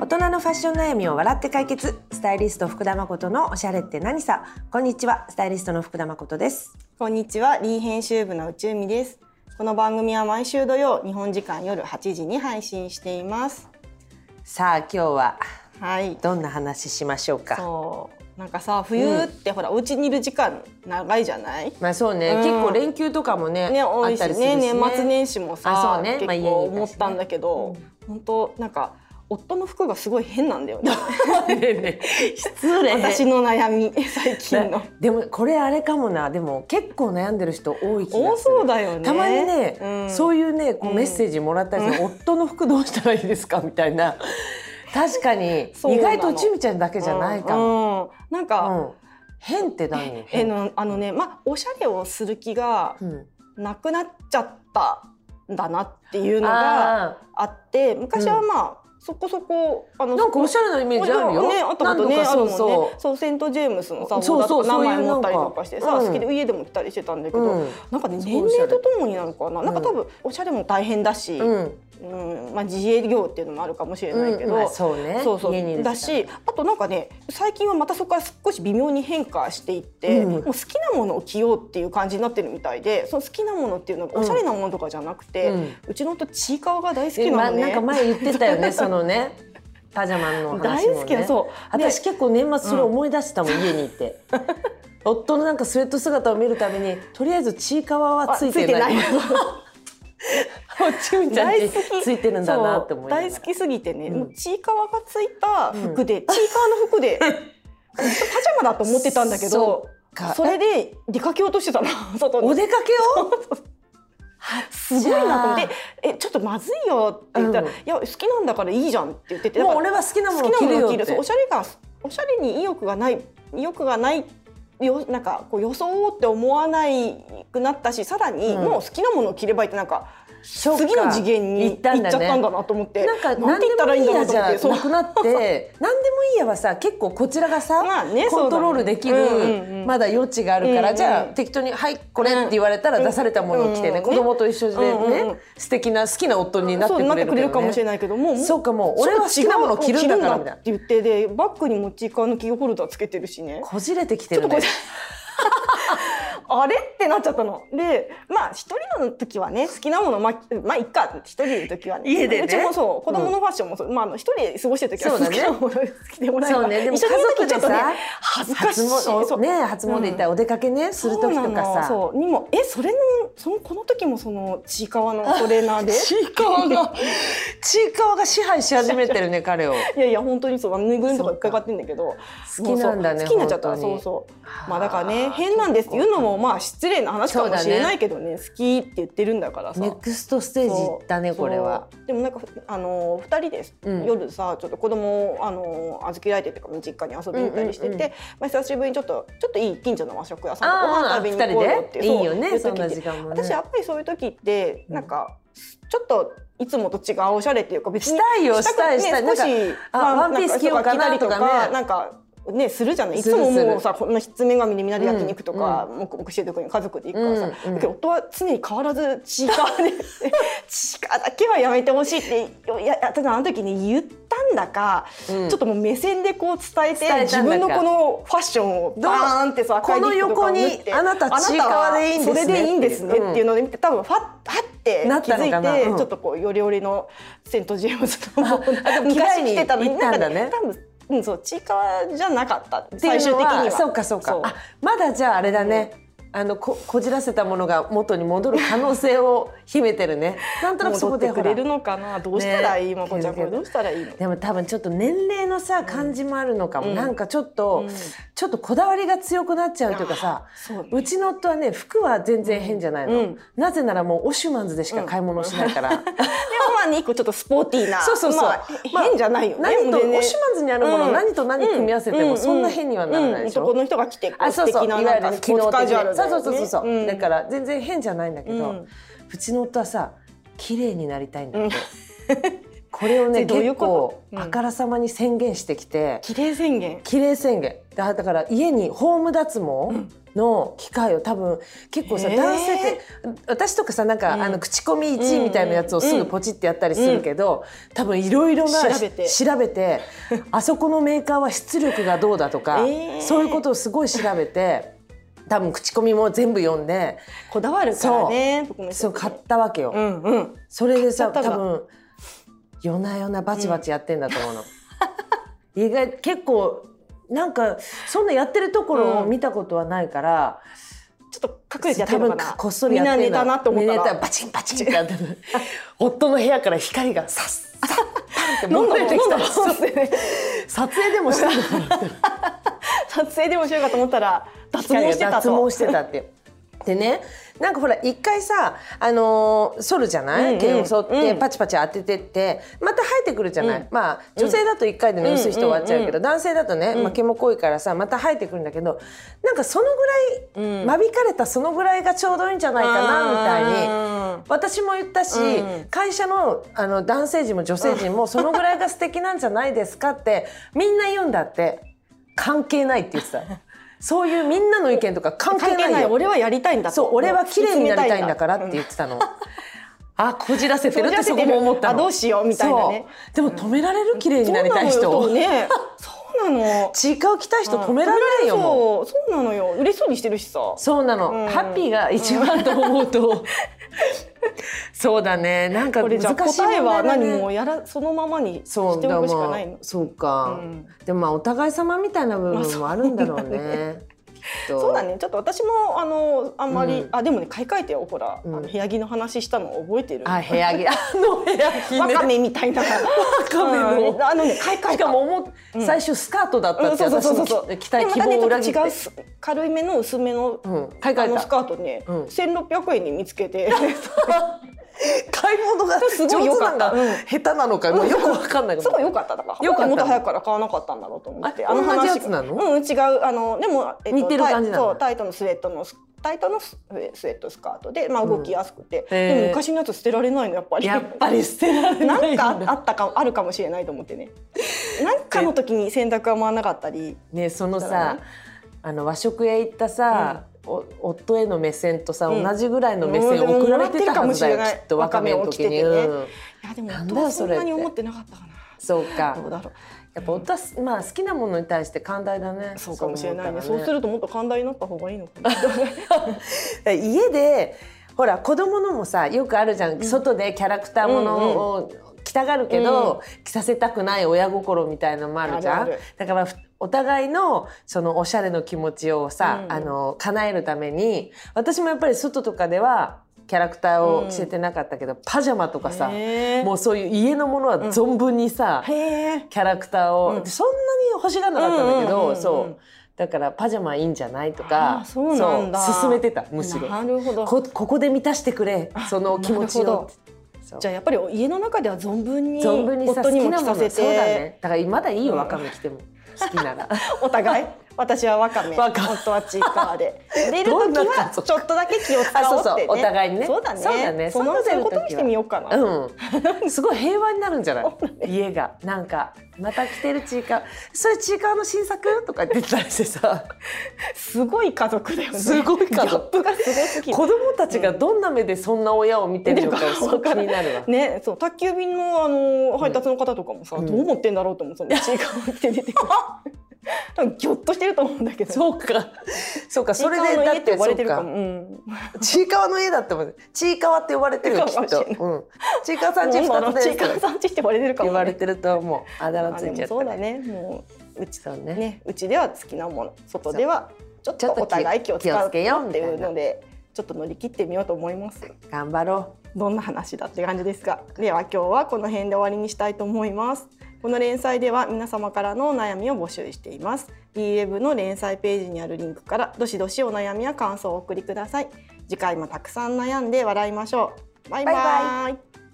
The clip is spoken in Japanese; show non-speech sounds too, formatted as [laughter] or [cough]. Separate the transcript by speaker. Speaker 1: 人のファッション悩みを笑って解決スタイリスト福田誠のおしゃれって何さこんにちはスタイリストの福田誠です
Speaker 2: こんにちは、リー編集部の内海です。この番組は毎週土曜、日本時間夜8時に配信しています。
Speaker 1: さあ今日は
Speaker 2: はい。
Speaker 1: どんな話しましょうか
Speaker 2: そう、なんかさ、冬ってほら、お家にいる時間長いじゃない。
Speaker 1: まあそうね、
Speaker 2: うん
Speaker 1: 結構連休とかもね
Speaker 2: ね、
Speaker 1: あ
Speaker 2: 多
Speaker 1: っ
Speaker 2: い
Speaker 1: た
Speaker 2: し
Speaker 1: りするし
Speaker 2: ね、
Speaker 1: ね
Speaker 2: 年末年始も
Speaker 1: あそ
Speaker 2: さ、
Speaker 1: うね
Speaker 2: 結
Speaker 1: まあ家にいたし
Speaker 2: 構
Speaker 1: ね
Speaker 2: 思ったんだけど、本当なんか夫の服がすごい変なんだよね。
Speaker 1: [laughs] ねえ失礼
Speaker 2: 私の
Speaker 1: [laughs]
Speaker 2: 悩み、最近の。
Speaker 1: でもこれあれかもなでも結構悩んでる人多い気がする
Speaker 2: 多そうだよね。
Speaker 1: たまにね、
Speaker 2: うん
Speaker 1: そういうねこうメッセージもらったりする、夫の服どうしたらいいですかみたいな確かに
Speaker 2: そう
Speaker 1: 意
Speaker 2: なの
Speaker 1: 外とちみちゃんだけじゃないかも、
Speaker 2: も。うんなん
Speaker 1: う
Speaker 2: か、
Speaker 1: ん変って何
Speaker 2: えのあのね、まあおしゃれをする気が
Speaker 1: うん、
Speaker 2: なくなっちゃったんだなっていうのが
Speaker 1: あ
Speaker 2: あって昔はまあ、そこそこあ
Speaker 1: ー
Speaker 2: の
Speaker 1: なんかおしゃれなイメージあるよ、
Speaker 2: ね、あったことね
Speaker 1: 何
Speaker 2: あ
Speaker 1: 度か
Speaker 2: るもんね
Speaker 1: そうそ
Speaker 2: そうセント・ジェームスのさ
Speaker 1: そうそう
Speaker 2: オーダーとか
Speaker 1: そういう
Speaker 2: 何枚持ったりとかしてさ、
Speaker 1: なんかうん
Speaker 2: 好きで家でも着たりしてたんだけ
Speaker 1: う
Speaker 2: ど、
Speaker 1: うん
Speaker 2: なんかね
Speaker 1: すごい
Speaker 2: 年
Speaker 1: おしゃれ
Speaker 2: 齢とともになのかな、なんか多分おしゃれも大変だし、うん
Speaker 1: うん
Speaker 2: まあ、自営業っていうのもあるかもしれないけど、
Speaker 1: まあそうね
Speaker 2: そうそう
Speaker 1: 家にいる
Speaker 2: だ
Speaker 1: 時間
Speaker 2: しあとなんかね最近はまたそこから少し微妙に変化していって、
Speaker 1: うん
Speaker 2: もう好きなものを着ようっていう感じになってるみたいでその好きなものっていうのがおしゃれなものとかじゃなくて、
Speaker 1: う
Speaker 2: うんちの夫ちいかわが大好
Speaker 1: え
Speaker 2: き
Speaker 1: まあ
Speaker 2: なの
Speaker 1: な
Speaker 2: ね
Speaker 1: んか前言ってたよ [laughs] ねそのねパジャマの話
Speaker 2: 大
Speaker 1: も、ね、
Speaker 2: 好きなそうで
Speaker 1: 私結構年末それ思い出したもん、家にいて夫のなんかスウェット姿を見るためにとりあえずちいかわはついてない
Speaker 2: あついてない
Speaker 1: ち [laughs] みちゃん
Speaker 2: 大
Speaker 1: ち
Speaker 2: 好き
Speaker 1: ついてるんだなって思いながら
Speaker 2: そう大好きすぎてね、
Speaker 1: うん
Speaker 2: もうちいかわがついた服で、ちいかわの
Speaker 1: [laughs]
Speaker 2: 服でずっとパジャマだと思ってたんだけど
Speaker 1: そっか
Speaker 2: それで出かけようとしてたの外に
Speaker 1: お出かけを
Speaker 2: すごいなと思っ
Speaker 1: じ
Speaker 2: て「えちょっとまずいよ」って言ったら「
Speaker 1: うん
Speaker 2: いや好きなんだからいいじゃん」って言っててだ
Speaker 1: も
Speaker 2: か
Speaker 1: う
Speaker 2: ら
Speaker 1: 俺は好きなもの
Speaker 2: 好
Speaker 1: を
Speaker 2: き
Speaker 1: 着
Speaker 2: な
Speaker 1: る
Speaker 2: もの
Speaker 1: よ
Speaker 2: を
Speaker 1: っ
Speaker 2: 着るそうおしてゃれがおしゃれに意欲がない意欲がないよなんかこう装おうって思わないくなったしさらに、
Speaker 1: うん
Speaker 2: もう好きなものを着ればいいってなんか
Speaker 1: そっか
Speaker 2: 次の次元に
Speaker 1: 行
Speaker 2: 行
Speaker 1: っ
Speaker 2: ったちゃ
Speaker 1: ん
Speaker 2: っ
Speaker 1: だね
Speaker 2: たんだなと思って
Speaker 1: なんか
Speaker 2: なん
Speaker 1: 何
Speaker 2: て言
Speaker 1: で
Speaker 2: った
Speaker 1: も
Speaker 2: らい
Speaker 1: い
Speaker 2: い
Speaker 1: い
Speaker 2: ん
Speaker 1: や
Speaker 2: だろうと
Speaker 1: じ
Speaker 2: 思
Speaker 1: ゃ
Speaker 2: ってそう
Speaker 1: なくなって何でもいいやはさ結構こちらがさ、
Speaker 2: まあね
Speaker 1: コントロー
Speaker 2: そ
Speaker 1: ル
Speaker 2: うだね
Speaker 1: できる、
Speaker 2: うんうんうん
Speaker 1: まだ余地があるから、
Speaker 2: うんうん
Speaker 1: じゃあ適当に「はいこれ」って言われたら出されたものを着てね、
Speaker 2: うん
Speaker 1: 子供と一緒でね、
Speaker 2: うんうん
Speaker 1: 素敵な好きな夫になって
Speaker 2: そうなってく
Speaker 1: く
Speaker 2: れ
Speaker 1: れ
Speaker 2: る
Speaker 1: る
Speaker 2: かもしれ
Speaker 1: い
Speaker 2: ないけどもも
Speaker 1: そうかもう俺は好きなものを着るんだからみたいな
Speaker 2: って言ってでバッグにもちかのキーホルダーつけてるしね
Speaker 1: こじれてきて
Speaker 2: ちょっ
Speaker 1: る
Speaker 2: とこ
Speaker 1: ね
Speaker 2: れ [laughs] あれってなっちゃったの。で、まあ一人の時はね、好きなものまあまあいっか一人いる時はね。
Speaker 1: 家でね
Speaker 2: うちもそう、子供のファッションもそう、まああの一人で過ごしてる時は
Speaker 1: そうだ
Speaker 2: 好
Speaker 1: ね
Speaker 2: きなもの好きでもらえば、
Speaker 1: そうねでも
Speaker 2: 一緒にいる時ちょっと
Speaker 1: 家族
Speaker 2: ね
Speaker 1: でさ
Speaker 2: 恥ずかし
Speaker 1: 初
Speaker 2: い。そ
Speaker 1: 詣
Speaker 2: う
Speaker 1: ね初詣行ったらお出かけね、する時とかさ
Speaker 2: そうなのそうにもえそれのそのこの時もそのちいかわのトレーナー
Speaker 1: [laughs]
Speaker 2: で。
Speaker 1: ちいかわが [laughs] ちいかわが支配し始めてるね
Speaker 2: [laughs]
Speaker 1: 彼を
Speaker 2: いやいや本当にそうあのぬいぐるみとか一回買ってんだけど
Speaker 1: 好きなんだね
Speaker 2: もうそう好きになっちゃった
Speaker 1: 本当に
Speaker 2: そうそう
Speaker 1: あー
Speaker 2: まあだからね変なんですっていうのもまあ失礼な話かもしれないけどね好きって言ってるんだからさ
Speaker 1: ネクストステージ行ったね
Speaker 2: そう
Speaker 1: これは。
Speaker 2: そうでもなんかあの二人です、
Speaker 1: うん
Speaker 2: 夜さちょっと子供をあの預けられてとか実家に遊びに行ったりしてて、
Speaker 1: うんうんうん
Speaker 2: まあ、久しぶりにちょっとちょっといい近所の和食屋さんとご飯
Speaker 1: ああ
Speaker 2: 食べ
Speaker 1: 二人
Speaker 2: に行こうよって
Speaker 1: でい
Speaker 2: そう
Speaker 1: いよ
Speaker 2: 言
Speaker 1: ね
Speaker 2: う時
Speaker 1: そ
Speaker 2: っ
Speaker 1: ん
Speaker 2: て
Speaker 1: な時間もね
Speaker 2: 私やっぱりそういう時って
Speaker 1: うん
Speaker 2: なんかちょっといつもと違うおしゃれっていうか別
Speaker 1: し
Speaker 2: に
Speaker 1: たいよ
Speaker 2: く
Speaker 1: したいしたい
Speaker 2: ね、
Speaker 1: な
Speaker 2: 少
Speaker 1: ん
Speaker 2: し
Speaker 1: あ
Speaker 2: まあ
Speaker 1: ワンピース着ようかなとかね
Speaker 2: なん着たりなんかねするじゃないい
Speaker 1: す
Speaker 2: つ
Speaker 1: る
Speaker 2: も
Speaker 1: する
Speaker 2: もうさこんなひっつめがみでみんなで焼肉とか、黙々してる時に家族で行くからさ、
Speaker 1: うんうん
Speaker 2: だけど夫は常に変わらずチーカーでチーカーだけはやめてほしいっていや私あの時ね言ったんだか、
Speaker 1: うん
Speaker 2: ちょっともう目線でこう伝えて
Speaker 1: 伝えた
Speaker 2: 自
Speaker 1: んだか
Speaker 2: 分のこのファッションをバーンってさ
Speaker 1: この横に
Speaker 2: 赤いニットとかを縫って
Speaker 1: あなたチーカーでいいんですね
Speaker 2: あなたはそれでいいんですねっていうので見て多分ファッはって
Speaker 1: なっ
Speaker 2: 気
Speaker 1: た
Speaker 2: づ
Speaker 1: のかない
Speaker 2: て、
Speaker 1: うん
Speaker 2: ちょっとこうよりよりのセントジェームズのもう
Speaker 1: あでも
Speaker 2: [laughs] 昔着てたのに
Speaker 1: 着替えに行ったんだね
Speaker 2: なんか多分うんそうちいかわじゃなかった
Speaker 1: っていう
Speaker 2: 最終
Speaker 1: の
Speaker 2: 的に
Speaker 1: は
Speaker 2: は
Speaker 1: そうかそうかあまだじゃああれだね、あのここじらせたものが元に戻る可能性を秘めてる
Speaker 2: [laughs]
Speaker 1: ねなんとなくそこ
Speaker 2: 戻っ
Speaker 1: で
Speaker 2: て
Speaker 1: ほ
Speaker 2: く
Speaker 1: ら
Speaker 2: れるのかなどうしたらいい
Speaker 1: ね
Speaker 2: まこちゃんこれどうしたらいいの
Speaker 1: でも多分ちょっと年齢のさ感じもあるのかも、
Speaker 2: うん
Speaker 1: なんかちょっと、
Speaker 2: うん
Speaker 1: ちょっとこだわりが強くなっちゃうというかさ
Speaker 2: そうね
Speaker 1: うちの夫はね服は全然変じゃないの、
Speaker 2: うん
Speaker 1: なぜならもうオシュマンズでしか買い物しないから、 [laughs]
Speaker 2: でもまあね一個ちょっとスポーティーな
Speaker 1: そうそうそう
Speaker 2: まあ
Speaker 1: まあ
Speaker 2: 変じゃないよね
Speaker 1: 何と
Speaker 2: もう全然
Speaker 1: オシュマンズにあるもの、
Speaker 2: うん
Speaker 1: 何と何組み合わせて
Speaker 2: うんう
Speaker 1: も
Speaker 2: ん
Speaker 1: そんな変にはならないでしょ、
Speaker 2: うん男の人が来てこう
Speaker 1: あ、そうそう、い
Speaker 2: 素敵
Speaker 1: わ
Speaker 2: な
Speaker 1: ゆ
Speaker 2: なん
Speaker 1: る
Speaker 2: か
Speaker 1: ね
Speaker 2: ス
Speaker 1: 機
Speaker 2: ポー
Speaker 1: 能
Speaker 2: ツカ
Speaker 1: 的
Speaker 2: ジュア
Speaker 1: な
Speaker 2: ル
Speaker 1: そ
Speaker 2: だ
Speaker 1: う
Speaker 2: よ
Speaker 1: そ
Speaker 2: ね
Speaker 1: うそうそう、
Speaker 2: うん
Speaker 1: だから全然変じゃないんだけど、う
Speaker 2: うん
Speaker 1: ちの夫はさ綺麗になりたいんだって、これ
Speaker 2: [laughs]
Speaker 1: をね
Speaker 2: どういう
Speaker 1: 結構
Speaker 2: ことうん
Speaker 1: あからさまに宣言してきて
Speaker 2: 綺麗宣言
Speaker 1: 綺麗宣言だだから家にホーム脱毛の機会を多分結構さ
Speaker 2: へー
Speaker 1: 男性って私とかさなんか、
Speaker 2: うん
Speaker 1: あの口コミ1位みたいなやつをすぐポチってやったりするけど、多分いろいろな
Speaker 2: 調べて
Speaker 1: 調べ
Speaker 2: [laughs]
Speaker 1: てあそこのメーカーは出力がどうだとか、
Speaker 2: えー
Speaker 1: そういうことをすごい調べて多分口コミも全部読んで
Speaker 2: こだわるからね僕も
Speaker 1: そう買ったわけよ。
Speaker 2: うんうん
Speaker 1: それでさ多
Speaker 2: 買っちゃった
Speaker 1: 分夜な夜なバチバチやってんだと思うの。 [laughs] 意外結構なんかそんなやってるところを見たことはないから、
Speaker 2: ちょっと隠れてやって
Speaker 1: 多
Speaker 2: るの
Speaker 1: 分
Speaker 2: かな
Speaker 1: こっそりやって
Speaker 2: み
Speaker 1: ん
Speaker 2: んな
Speaker 1: だ
Speaker 2: 寝たなって思った
Speaker 1: 寝た
Speaker 2: ら
Speaker 1: バチンバチンってやって
Speaker 2: [laughs]
Speaker 1: る夫の部屋から光がさっさっパンって
Speaker 2: 飲
Speaker 1: 漏
Speaker 2: んだ
Speaker 1: れ
Speaker 2: もん
Speaker 1: て
Speaker 2: 飲
Speaker 1: き
Speaker 2: ん
Speaker 1: た
Speaker 2: だ
Speaker 1: ら
Speaker 2: もんってね
Speaker 1: 撮影でもしたのかな
Speaker 2: 撮影でもしようかと思ったら脱毛してたと
Speaker 1: 脱毛してたって。でねなんかほら一回さ、あのー剃るじゃな
Speaker 2: うんう
Speaker 1: い、
Speaker 2: ん
Speaker 1: 毛を剃って
Speaker 2: うん
Speaker 1: パチパチ当ててってまた生えてくるじゃない、
Speaker 2: うん
Speaker 1: まあ女性だと一回でね、
Speaker 2: うん
Speaker 1: 薄い人終わっちゃうけど、
Speaker 2: うんうんう
Speaker 1: 男性だとね、
Speaker 2: ん
Speaker 1: まあ、毛も濃いからさまた生えてくるんだけどなんかそのぐらい、
Speaker 2: うん
Speaker 1: 間引かれたそのぐらいがちょうどいいんじゃないかなみたいに
Speaker 2: な
Speaker 1: 私も言ったし、
Speaker 2: うん
Speaker 1: 会社のあの男性陣も女性陣もそのぐらいが素敵なんじゃないですかってみんな言うんだって関係ないって言
Speaker 2: [laughs]
Speaker 1: ってたそういうみんなの意見とか関係
Speaker 2: 関係
Speaker 1: な
Speaker 2: ないい
Speaker 1: よ
Speaker 2: 俺はやりたいんだと
Speaker 1: そう俺は綺麗になりたいんだからっ
Speaker 2: う
Speaker 1: て言ってたの、あこじらせてるってそこ
Speaker 2: こじらせて
Speaker 1: も
Speaker 2: る
Speaker 1: 思ったの
Speaker 2: あどうしようみたいなね
Speaker 1: そうでも止められる綺麗になりたい人
Speaker 2: そ
Speaker 1: を違う
Speaker 2: うなのよねそう
Speaker 1: [laughs]
Speaker 2: なの
Speaker 1: 着たい人止められないよもう
Speaker 2: もそうなのよ嬉しそうにしてるしさ
Speaker 1: そうなの、
Speaker 2: うん
Speaker 1: ハッピーが一番と思う
Speaker 2: [laughs]
Speaker 1: とそうだねなんか
Speaker 2: これ
Speaker 1: 難し
Speaker 2: じ
Speaker 1: い
Speaker 2: ゃあ答えは
Speaker 1: 問題だね
Speaker 2: 何もやらそのままにして
Speaker 1: そ
Speaker 2: お
Speaker 1: うだ
Speaker 2: くしか
Speaker 1: ま
Speaker 2: な
Speaker 1: あ
Speaker 2: いの
Speaker 1: そうか、
Speaker 2: うん
Speaker 1: でもまあお互い様みたいな部分もあるんだろうね。きっと
Speaker 2: そうだねちょっと私もあのあんまり、
Speaker 1: うん
Speaker 2: あでもね買い替えてよほら、
Speaker 1: うん
Speaker 2: あの部屋着の話したの覚えてる
Speaker 1: あ部屋着あの部屋着ね。
Speaker 2: わ
Speaker 1: [laughs]
Speaker 2: かめみたいなわ
Speaker 1: かめの
Speaker 2: あのね買い替えた
Speaker 1: しかも思っ、最初スカートだった
Speaker 2: う
Speaker 1: って、
Speaker 2: んそうそうそう
Speaker 1: 私
Speaker 2: そ
Speaker 1: の
Speaker 2: う
Speaker 1: 着着たい希望を裏切っ
Speaker 2: でまたね
Speaker 1: て。
Speaker 2: ちょっと違うす軽いめの薄めの、
Speaker 1: うん買い替
Speaker 2: あ
Speaker 1: え
Speaker 2: の
Speaker 1: た
Speaker 2: スカートね、
Speaker 1: うん
Speaker 2: 1600円に見つけて
Speaker 1: 買い物が
Speaker 2: すごい良かった
Speaker 1: 上手なの
Speaker 2: うん
Speaker 1: 下手なのか、もうよくわかんないけ
Speaker 2: す
Speaker 1: ど
Speaker 2: ごい良かっただから
Speaker 1: 良かった
Speaker 2: もっと早くから買わなかったんだろうと思って
Speaker 1: あ
Speaker 2: の
Speaker 1: 同じやつなの
Speaker 2: うん違うあのでも、え
Speaker 1: 似てる感じなの
Speaker 2: タイそうタイトのスウェットのスタイトのススウェットスカートで、まあ、動きやすくて、
Speaker 1: へー
Speaker 2: でも昔のやつ捨てられないのやっぱり
Speaker 1: やっぱり捨てられな
Speaker 2: [laughs] ないん
Speaker 1: よね
Speaker 2: かあったかあるかもしれないと思って
Speaker 1: [laughs]
Speaker 2: ね。なんかの時に洗濯が回らなかったり。
Speaker 1: ねその
Speaker 2: だから
Speaker 1: さ、
Speaker 2: ね
Speaker 1: あの和食へ行ったさ、お夫への目線とさ、
Speaker 2: うん
Speaker 1: 同じぐらいの目
Speaker 2: うん
Speaker 1: 線
Speaker 2: でも
Speaker 1: 送られてたはずだよ
Speaker 2: もらってるかもしれない
Speaker 1: きっとわかめの時に、
Speaker 2: わかめを着ててね
Speaker 1: うん
Speaker 2: いやでも
Speaker 1: なんだ
Speaker 2: 夫はそ
Speaker 1: そ
Speaker 2: ん
Speaker 1: れって
Speaker 2: なに思ってなかったかな。
Speaker 1: そうか
Speaker 2: どうだろう。
Speaker 1: やっぱ夫はすまあ好きなものに対して寛大だね
Speaker 2: そうかもしれないね。
Speaker 1: そ
Speaker 2: そ
Speaker 1: 思
Speaker 2: うう
Speaker 1: ったら
Speaker 2: す
Speaker 1: ね
Speaker 2: るともっと寛大になった方がいいのかな。
Speaker 1: 家でほら子供のもさよくあるじゃん、外でキャラクターものを着たがるけど、着させたくない親心みたいのもあるじゃん
Speaker 2: あるある
Speaker 1: だからふお互いのそのおしゃれの気持ちをさ、
Speaker 2: うん
Speaker 1: あの叶えるために私もやっぱり外とかではキャラクターを着せてなかったけど、パジャマとかさ
Speaker 2: へー
Speaker 1: もうそういう家のものは存分にさ、
Speaker 2: へえ。
Speaker 1: キャラクターを、
Speaker 2: うん
Speaker 1: そんなに欲しがらなかったんだけど、
Speaker 2: うんうんうんうん
Speaker 1: そうだからパジャマいいんじゃないと
Speaker 2: あ
Speaker 1: か
Speaker 2: ーそうなんだ
Speaker 1: そう勧めてたむしろ
Speaker 2: なるほど。
Speaker 1: こここで満たしてくれその気持ち
Speaker 2: なるほ
Speaker 1: を
Speaker 2: ど
Speaker 1: そう
Speaker 2: じゃあやっぱり家の中では存分に
Speaker 1: 存分にさ
Speaker 2: 夫
Speaker 1: 好
Speaker 2: に
Speaker 1: き
Speaker 2: も
Speaker 1: な
Speaker 2: 着
Speaker 1: もの
Speaker 2: さ
Speaker 1: そ
Speaker 2: せ
Speaker 1: うだ
Speaker 2: て、
Speaker 1: ねだから今だいいよ
Speaker 2: うん
Speaker 1: わかめ来ても好きなら
Speaker 2: お互い。私はわかめ、
Speaker 1: わか
Speaker 2: 夫はちいかわ
Speaker 1: [laughs]
Speaker 2: で。出る
Speaker 1: どん
Speaker 2: 時
Speaker 1: な
Speaker 2: は
Speaker 1: 家
Speaker 2: ちょ
Speaker 1: 族
Speaker 2: っとだけ気を
Speaker 1: あ
Speaker 2: 使
Speaker 1: そ
Speaker 2: お
Speaker 1: う
Speaker 2: うって
Speaker 1: そう
Speaker 2: ね。
Speaker 1: お互いにね
Speaker 2: そうだね。
Speaker 1: そうだね
Speaker 2: その
Speaker 1: 外出
Speaker 2: そうい
Speaker 1: る
Speaker 2: う
Speaker 1: 時
Speaker 2: こ
Speaker 1: は
Speaker 2: とにしてみようかな。
Speaker 1: うん、すごい平和になるんじゃない
Speaker 2: [laughs]
Speaker 1: 家がなんか「また来てるちいかわそれちいかわの新作?」とか言ってたりして
Speaker 2: [laughs]
Speaker 1: さ
Speaker 2: すごい家族だよね。
Speaker 1: すごい家族
Speaker 2: ギャップがすごすぎる
Speaker 1: 子。供たちがどんな目でそんな親を見てるのかすごく気になるわ。
Speaker 2: ね、そう宅急便のあの配達の方とかもさ、
Speaker 1: うん
Speaker 2: どう思ってんだろうと思うそのちいかわ着て出てく
Speaker 1: [laughs]
Speaker 2: る。多分ギョッとしてると思うんだけど。
Speaker 1: そうか、そうか、それ
Speaker 2: ちい
Speaker 1: で
Speaker 2: かわの
Speaker 1: だ
Speaker 2: 家
Speaker 1: っ
Speaker 2: って
Speaker 1: て
Speaker 2: 呼ば
Speaker 1: そ
Speaker 2: れ
Speaker 1: う
Speaker 2: てるか
Speaker 1: か
Speaker 2: も。、うん。
Speaker 1: ちいかわの家だってもんね、ちいかわって呼ばれてるよき
Speaker 2: [laughs] かも
Speaker 1: っ
Speaker 2: しれ
Speaker 1: と
Speaker 2: ない、
Speaker 1: うん、ちいかわさんち
Speaker 2: もう今
Speaker 1: 二
Speaker 2: の
Speaker 1: つ
Speaker 2: ち
Speaker 1: で
Speaker 2: い
Speaker 1: す
Speaker 2: かわさんちって呼ばれてるかも、
Speaker 1: 言
Speaker 2: ね。
Speaker 1: われてると思う、あだ名
Speaker 2: あ
Speaker 1: つ
Speaker 2: で
Speaker 1: いちゃ
Speaker 2: も
Speaker 1: った。
Speaker 2: そうだね。も
Speaker 1: うちそう
Speaker 2: う
Speaker 1: ね。
Speaker 2: ね、うちでは好きなもの、外ではちょっ
Speaker 1: ちょっ
Speaker 2: と
Speaker 1: と
Speaker 2: お互い気を使
Speaker 1: 気を
Speaker 2: う
Speaker 1: つけよう
Speaker 2: っていうので、ちょっと乗り切ってみようと思います。
Speaker 1: 頑張ろ
Speaker 2: どんな話だって感じですがでは今日はこの辺で終わりにしたいと思いますこの連載では皆様からのお悩みを募集しています DWeb の連載ページにあるリンクからどしどしお悩みや感想をお送りください次回もたくさん悩んで笑いましょうバイバ
Speaker 1: バイ
Speaker 2: イ